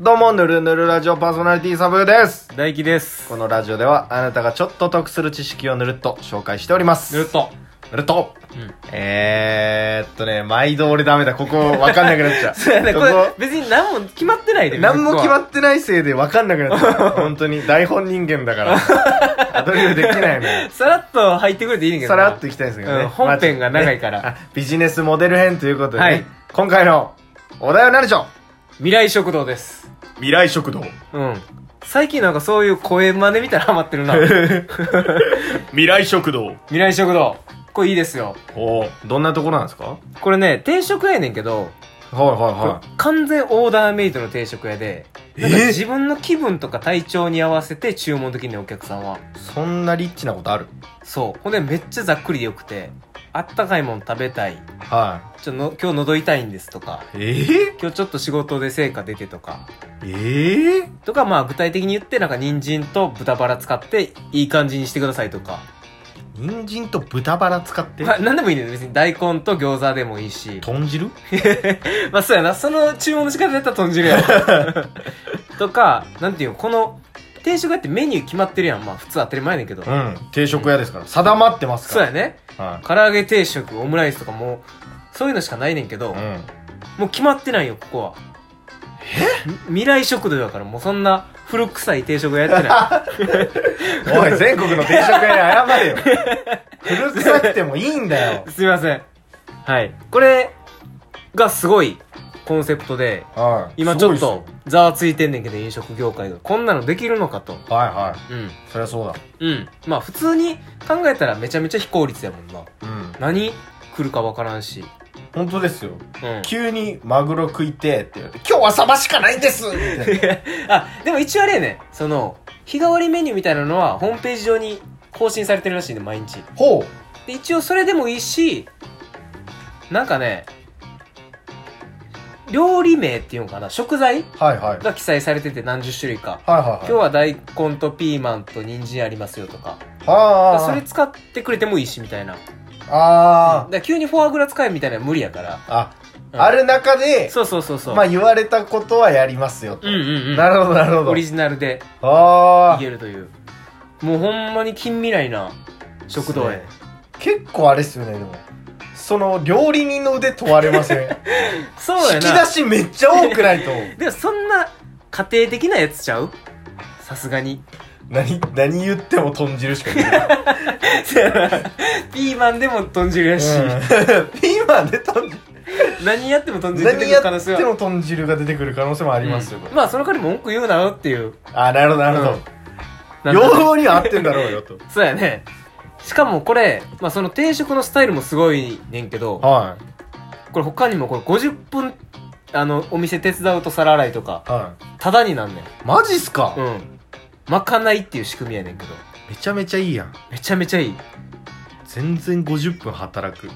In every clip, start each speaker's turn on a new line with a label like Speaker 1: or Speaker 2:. Speaker 1: どうも、ぬるぬるラジオパーソナリティサブです。
Speaker 2: 大輝です
Speaker 1: このラジオでは、あなたがちょっと得する知識をぬるっと紹介しております。
Speaker 2: ぬるっと
Speaker 1: ぬるっと。
Speaker 2: うん
Speaker 1: えーっとね、毎度俺ダメだ。ここ、わかんなくなっちゃう。
Speaker 2: そうやねこ
Speaker 1: こ
Speaker 2: れ
Speaker 1: こ
Speaker 2: 別に何も決まってないで
Speaker 1: 何も決ま
Speaker 2: っ
Speaker 1: ってないせいでわかんなくなっちゃう。本当に。台本人間だから。 アドリブできないのよ。
Speaker 2: さらっと入ってくれていいねんけど
Speaker 1: さ
Speaker 2: な
Speaker 1: らっといきたいんですけどね。
Speaker 2: うん本編が長いから
Speaker 1: まあちょっとねあビジネスモデル編ということでね。
Speaker 2: はい
Speaker 1: 今回のお題は何でしょ
Speaker 2: 未来食堂です
Speaker 1: う未来食堂。
Speaker 2: うん最近なんかそういう声真似みたいなのハマっ てるな
Speaker 1: 未来食堂。
Speaker 2: 未来食堂これいいですよ
Speaker 1: おおどんなところなんですかはい
Speaker 2: これね定食屋やねんけど、
Speaker 1: は
Speaker 2: これ完全オーダーメイドの定食屋でなんか
Speaker 1: え
Speaker 2: 自分の気分とか体調に合わせて注文できるねんお客さんはい
Speaker 1: そんなリッチなことある
Speaker 2: そうほんでめっちゃざっくりでよくてあったかいもん食べたい
Speaker 1: は
Speaker 2: ちょの今日喉痛いんですとか
Speaker 1: いえ
Speaker 2: 今日ちょっと仕事で成果出てとか
Speaker 1: えええ
Speaker 2: とかまあ具体的に言ってなんか人参と豚バラ使っていい感じにしてくださいとか、
Speaker 1: 人参と豚バラ使って
Speaker 2: まあ、何でもいいね別に大根と餃子でもいいし
Speaker 1: 豚汁
Speaker 2: まあそうやなその注文の仕方だったら豚汁やわとかなんていうのこの定食屋ってメニュー決まってるやんまあ普通当たり前だけど、
Speaker 1: うん定食屋ですから定まってます
Speaker 2: そう
Speaker 1: か
Speaker 2: やね
Speaker 1: ら
Speaker 2: 唐揚げ定食オムライスとかもうそういうのしかないねんけど、
Speaker 1: はいうん
Speaker 2: もう決まってないよここはえ未来食堂だからもうそんな古臭い定食屋やってない
Speaker 1: おい全国の定食屋に謝れよ古臭くてもいいんだよ
Speaker 2: すいません。はい。これがすごいコンセプトで、
Speaker 1: はい
Speaker 2: 今ちょっ
Speaker 1: すごい
Speaker 2: とざわついてんねんけど、飲食業界が。こんなのできるのかと。
Speaker 1: すよはいは
Speaker 2: うん。
Speaker 1: いそりゃそう
Speaker 2: うん。まあ普通に考えたらめちゃめちゃ非効率やもんな。
Speaker 1: だうん
Speaker 2: 何来るかわからんし。
Speaker 1: 本当ですよ
Speaker 2: うん。
Speaker 1: 急にマグロ食いてえって言われて今日はサバしかないんですみたいな
Speaker 2: あ、でも一応あれやね、その、日替わりメニューみたいなのはホームページ上に更新されてるらしいね、毎日。
Speaker 1: ほう
Speaker 2: で、一応それでもいいし、なんかね、料理名っていうのかな食材
Speaker 1: はいはいはい
Speaker 2: が記載されてて何十種類か。
Speaker 1: はいはい
Speaker 2: 今日は大根とピーマンと人参ありますよとか。
Speaker 1: はあ
Speaker 2: それ使ってくれてもいいしみたいな。だ
Speaker 1: あ
Speaker 2: か
Speaker 1: ー
Speaker 2: ら急にフォアグラ使えみたいなのは無理やから。
Speaker 1: あ、
Speaker 2: うん
Speaker 1: ある中で、
Speaker 2: そうそうそうそう。
Speaker 1: まあ言われたことはやりますよと。
Speaker 2: うんうんうん。
Speaker 1: なるほど、なるほど
Speaker 2: オリ。ジナルで
Speaker 1: あ
Speaker 2: い
Speaker 1: あ。
Speaker 2: けるという。もうほんまに近未来な食堂へ。
Speaker 1: 結構あれっすよね、でも。その、料理人の腕問われませ ん。
Speaker 2: そう
Speaker 1: 引
Speaker 2: や
Speaker 1: き出
Speaker 2: な。
Speaker 1: しめっちゃ多く ないと。
Speaker 2: でもそんな家庭的なやつちゃうさすがに。
Speaker 1: 何、何言っても豚汁しか出ない。
Speaker 2: ピーマンでも豚汁やし、
Speaker 1: うんピーマンで豚汁。
Speaker 2: 何やっても豚汁出て
Speaker 1: 何
Speaker 2: くる
Speaker 1: や
Speaker 2: 可能
Speaker 1: っ
Speaker 2: 性は
Speaker 1: ても豚汁が出てくる可能性もあ
Speaker 2: あ
Speaker 1: りますよ、これ。
Speaker 2: まあその代わり文句言うなよっていう。
Speaker 1: あ、なるほど、なるほど。
Speaker 2: なん
Speaker 1: 要
Speaker 2: か
Speaker 1: 望には合ってんだろうよ、と。
Speaker 2: そうやね。しかもこれ、まあ、その定食のスタイルもすごいねんけど、
Speaker 1: は
Speaker 2: これ他にもこれ50分、あの、お店手伝うと皿洗いとか、
Speaker 1: い。は
Speaker 2: タダになんねん。
Speaker 1: い。マジっすか
Speaker 2: うん。まかないっていう仕組みやねんけど、
Speaker 1: めちゃめちゃいいやん。
Speaker 2: めちゃめちゃいい。
Speaker 1: 全然50分働く。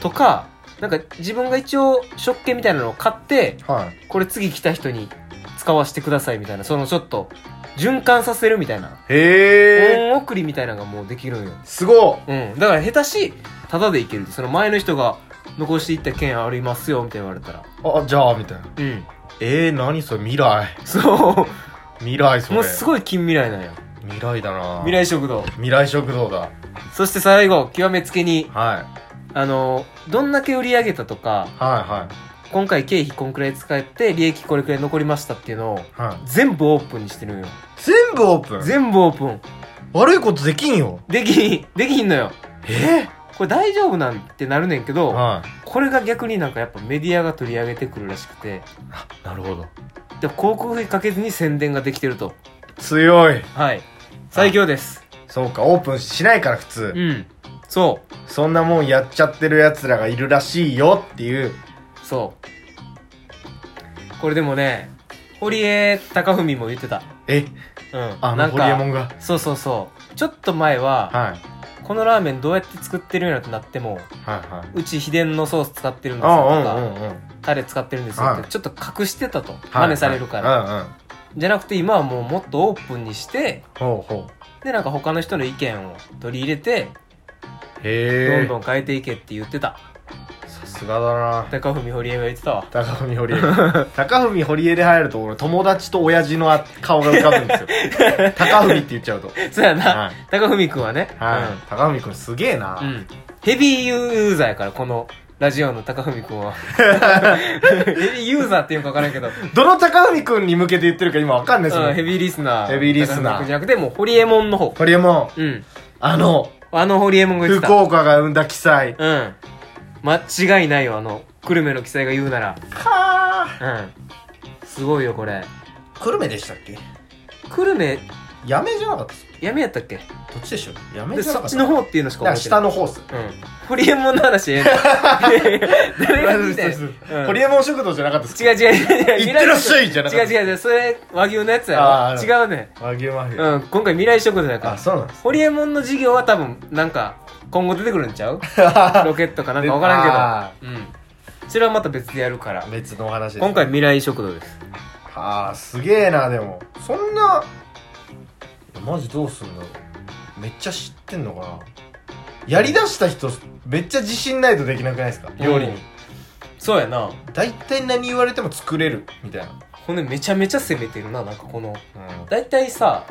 Speaker 2: とか、なんか自分が一応食券みたいなのを買って、
Speaker 1: はい。
Speaker 2: これ次来た人に使わせてくださいみたいな、そのちょっと、循環させるみたいな、
Speaker 1: へえ、
Speaker 2: 恩送りみたいなのがもうできるんよ。
Speaker 1: すご
Speaker 2: うん。だから下手し、タダでいける。その前の人が残していった券ありますよ、みたいな言われたら。
Speaker 1: あじゃあみたいな
Speaker 2: うん。
Speaker 1: えー、何それ未来
Speaker 2: そ。
Speaker 1: 未来そうれ
Speaker 2: もうすごい近未来なんよ。
Speaker 1: 未来だな
Speaker 2: 未来食堂。
Speaker 1: 未来食堂だ
Speaker 2: そして最後、極めつけに、
Speaker 1: はい
Speaker 2: あの、どんだけ売り上げたとか、
Speaker 1: は
Speaker 2: 今回経費こんくらい使って、利益これくらい残りましたっていうのを、
Speaker 1: いはい、はい、
Speaker 2: 全部オープンにしてるんよ。
Speaker 1: 全部オープン
Speaker 2: 全部オープン。
Speaker 1: 悪いことできんよ
Speaker 2: できひん、できひんのよ。
Speaker 1: え
Speaker 2: これ大丈夫なんてなるねんけ
Speaker 1: ー、
Speaker 2: ど、
Speaker 1: は
Speaker 2: これが逆になんかやっぱメディアが取り上げてくるらしくて、
Speaker 1: いなるほど
Speaker 2: で広告費かけずに宣伝ができてると。
Speaker 1: 強い
Speaker 2: はい。最強です。
Speaker 1: そうかオープンしないから普通、
Speaker 2: うん。そ
Speaker 1: そんなもんやっちゃってる奴らがいるらしいよっていう
Speaker 2: う。そう。これでもね、堀江貴文も言ってた。
Speaker 1: え
Speaker 2: うん。
Speaker 1: あ
Speaker 2: な
Speaker 1: のホ
Speaker 2: ん
Speaker 1: リエモ
Speaker 2: か、
Speaker 1: ンが
Speaker 2: そうそうそう。ちょっと前は、
Speaker 1: はい
Speaker 2: このラーメンどうやって作ってるんやろってなっても、
Speaker 1: はいはいう
Speaker 2: ち秘伝のソース使ってるんですよと
Speaker 1: あ
Speaker 2: か、
Speaker 1: うんうんうんうん
Speaker 2: タレ使ってるんですよっ
Speaker 1: は
Speaker 2: て、ちょっと隠してたと。真似されるから。
Speaker 1: はいはいうんうん
Speaker 2: じゃなくて今はもうもっとオープンにして、
Speaker 1: ほうほ
Speaker 2: で、なんか他の人の意見を取り入れて、
Speaker 1: う
Speaker 2: ど
Speaker 1: へ
Speaker 2: ん
Speaker 1: え
Speaker 2: どん変えていけって言ってた。
Speaker 1: ささすがだな
Speaker 2: 高文堀江が言ってたわ
Speaker 1: 高文堀江高文堀江で入ると俺友達と親父のあ顔が浮かぶんです よ高文って言っちゃうと
Speaker 2: そうやな、
Speaker 1: はい
Speaker 2: 高文君はね、
Speaker 1: はい、高文くんすげえな、
Speaker 2: うん、うん、ヘビーユーザーやからこのラジオの高 文君はヘビーユーザーっていうのか分からんけど、
Speaker 1: どの高文くんに向けて言ってるか今わかんないです
Speaker 2: うん、ヘ
Speaker 1: ね
Speaker 2: ビーリスナー
Speaker 1: ヘビーリスナー
Speaker 2: 高文君じゃなくてもうホリエモンの方
Speaker 1: これも
Speaker 2: うん
Speaker 1: あの
Speaker 2: あのホリエモンが言って
Speaker 1: 福
Speaker 2: た
Speaker 1: 岡が生んだ奇才
Speaker 2: うん間違いないよあの久留米の記載が言うなら
Speaker 1: は
Speaker 2: うんすごいよこれ
Speaker 1: ー久留米でしたっけ
Speaker 2: 久留米
Speaker 1: やめじゃなかったっす
Speaker 2: やめやったっけ
Speaker 1: どっちでしょやめ
Speaker 2: で
Speaker 1: じゃなか
Speaker 2: そっ
Speaker 1: った
Speaker 2: ちの方っていうのしか
Speaker 1: だから
Speaker 2: 覚えて
Speaker 1: 下
Speaker 2: ない
Speaker 1: の方っす
Speaker 2: うんホリエモンの話え えの誰が聞いてんうん
Speaker 1: 堀エモン食堂じゃなかったっす
Speaker 2: 違う違う違う
Speaker 1: 行ってらっしゃいじゃなか
Speaker 2: 違
Speaker 1: っ
Speaker 2: う違う違うそれ和牛のやつ
Speaker 1: あ
Speaker 2: や
Speaker 1: ー
Speaker 2: ろ違うね
Speaker 1: た和牛マフィン
Speaker 2: うん今回未来食堂やか
Speaker 1: あ
Speaker 2: ら
Speaker 1: そうなん です
Speaker 2: ホリエモンの授業は多分なんか今後出てくるんち ゃうロケットかなんか分からんけどうんそれはまた別でやるから
Speaker 1: 別のお話です
Speaker 2: 今回未来食堂です
Speaker 1: ああすげえなでもそんなマジどうすんだろうめっちゃ知ってんのかなやりだした人めっちゃ自信ないとできなくないですか料理に、
Speaker 2: そうやな
Speaker 1: 大体何言われても作れるみたいな
Speaker 2: 骨めちゃめちゃ攻めてるななんかこの
Speaker 1: うん、
Speaker 2: 大体さ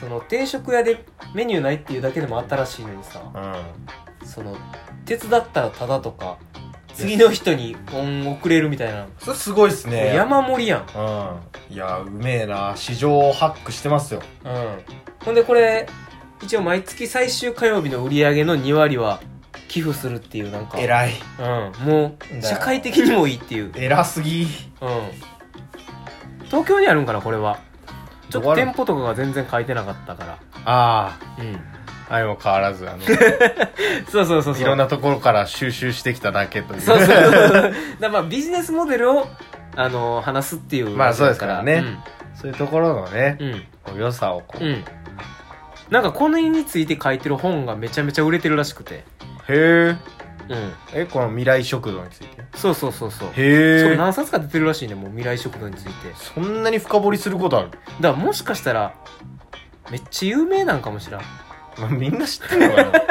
Speaker 2: その定食屋でメニューないっていうだけでもあったらしいのにさその手伝ったらタダとか次の人に恩をくれるみたいな、
Speaker 1: それすごいっす
Speaker 2: もう
Speaker 1: ね
Speaker 2: 山盛りやん
Speaker 1: うんいやうめえな市場をハックしてますよ
Speaker 2: うんほんでこれ一応毎月最終火曜日の売り上げの2割は寄付するっていうなんか
Speaker 1: 偉い
Speaker 2: うんもう社会的にもいいっていう
Speaker 1: 偉すぎ
Speaker 2: うん東京にあるんかなこれはち
Speaker 1: ど
Speaker 2: ょっ
Speaker 1: う
Speaker 2: と
Speaker 1: ある
Speaker 2: 店舗とかが全然書いてなかったから
Speaker 1: あ
Speaker 2: うん
Speaker 1: あ相も変わらずあの
Speaker 2: そうそうそうそう
Speaker 1: いろんなところから収集してきただけという
Speaker 2: そうそう だからまあビジネスモデルを、あのー話すっていう
Speaker 1: まあそうですからねそういうところのね
Speaker 2: うんうん
Speaker 1: こう良さをこう、
Speaker 2: う
Speaker 1: へ
Speaker 2: んなんかこの絵について書いてる本がめちゃめちゃ売れてるらしくて
Speaker 1: え
Speaker 2: うん
Speaker 1: えこの未来食堂について
Speaker 2: そうそうそうそうしか
Speaker 1: へ
Speaker 2: も何冊か出てるらしいねもう未来食堂について
Speaker 1: そんなに深掘りすることある、
Speaker 2: だからもしかしたらめっちゃ有名なんかもしらん
Speaker 1: まあ、みんな知ってる のかな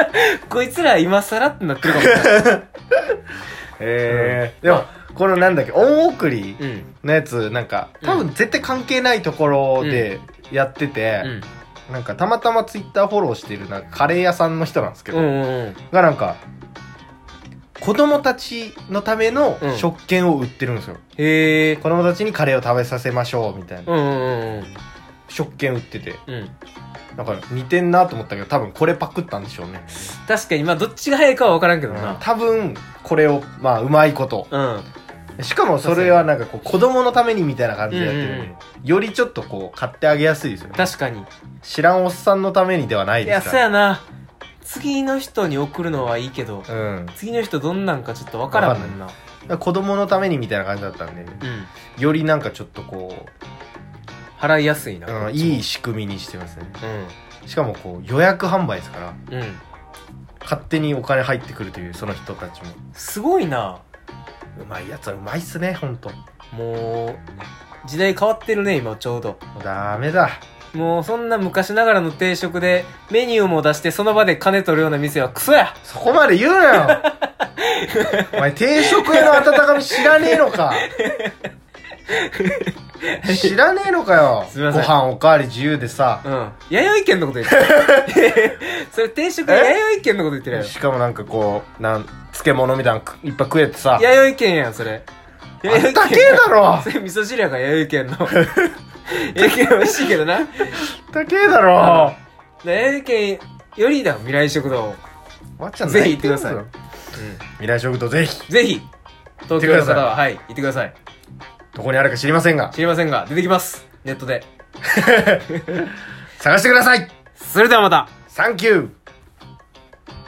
Speaker 2: こいつら今更ってなってるかもしれない
Speaker 1: へえ、でもこのなんだっけ恩送り
Speaker 2: うん
Speaker 1: のやつなんか多分絶対関係ないところでやってて、
Speaker 2: うん
Speaker 1: なんかたまたまツイッターフォローしてるなんかカレー屋さんの人なんですけど、
Speaker 2: うんうんうん
Speaker 1: がなんか子供たちのための
Speaker 2: うん
Speaker 1: 食券を売ってるんですよ、
Speaker 2: へえ
Speaker 1: 子供たちにカレーを食べさせましょうみたいな、
Speaker 2: うんうんうん
Speaker 1: 食券売ってて
Speaker 2: うんうん
Speaker 1: なんか似てんなと思ったけど多分これパクったんでしょうね
Speaker 2: 確かにまあどっちが早いかは分からんけどな
Speaker 1: 多分これをまあうまいこと
Speaker 2: うん
Speaker 1: しかもそれはなんかこう子供のためにみたいな感じでやってるんで、
Speaker 2: うん
Speaker 1: よりちょっとこう買ってあげやすいですよね
Speaker 2: 確かに
Speaker 1: 知らんおっさんのためにではない
Speaker 2: い
Speaker 1: で
Speaker 2: や
Speaker 1: す
Speaker 2: そう
Speaker 1: から
Speaker 2: やな次の人に送るのはいいけど
Speaker 1: うんだか
Speaker 2: 次の人どんなんかちょっとわからんもんな
Speaker 1: ら子供のためにみたいな感じだったんで
Speaker 2: うん
Speaker 1: よりなんかちょっとこ
Speaker 2: 払いやすいな、
Speaker 1: う、
Speaker 2: こ
Speaker 1: うん、
Speaker 2: っちも
Speaker 1: いい仕組みにしてますね
Speaker 2: う
Speaker 1: しかもこう予約販売ですから
Speaker 2: んうん
Speaker 1: 勝手にお金入ってくるというその人たちも
Speaker 2: すごいな
Speaker 1: うまいやつはうまいっすねほんと
Speaker 2: もう時代変わってるね今ちょうど
Speaker 1: ダメだ
Speaker 2: もうそんな昔ながらの定食でメニューも出してその場で金取るような店はクソや
Speaker 1: そこまで言うなよ お前定食屋の温かみ知らねえのか知らねえのかよ
Speaker 2: すいませ
Speaker 1: ご
Speaker 2: ん
Speaker 1: 飯おかわり自由でさ
Speaker 2: うん弥生県のこと言ってる それ定食で弥生県のこと言ってるやろ
Speaker 1: しかもなんかこうなん漬物みたいなのいっぱい食えてさあっ
Speaker 2: 弥生県やんそれ
Speaker 1: たけえだろあ
Speaker 2: それ味噌汁やから弥生県 の弥生県美味しいけどな
Speaker 1: ったけえだろ
Speaker 2: 弥生県よりだ未来食堂を
Speaker 1: わっちゃん
Speaker 2: ぜひ行ってください
Speaker 1: 泣てんぞ未来食堂ぜひ
Speaker 2: ぜひ東京の方ははい行ってください
Speaker 1: どこにあるか知りませんが
Speaker 2: 知りませんが出てきますネットで
Speaker 1: 探してください
Speaker 2: それではまた
Speaker 1: サンキュー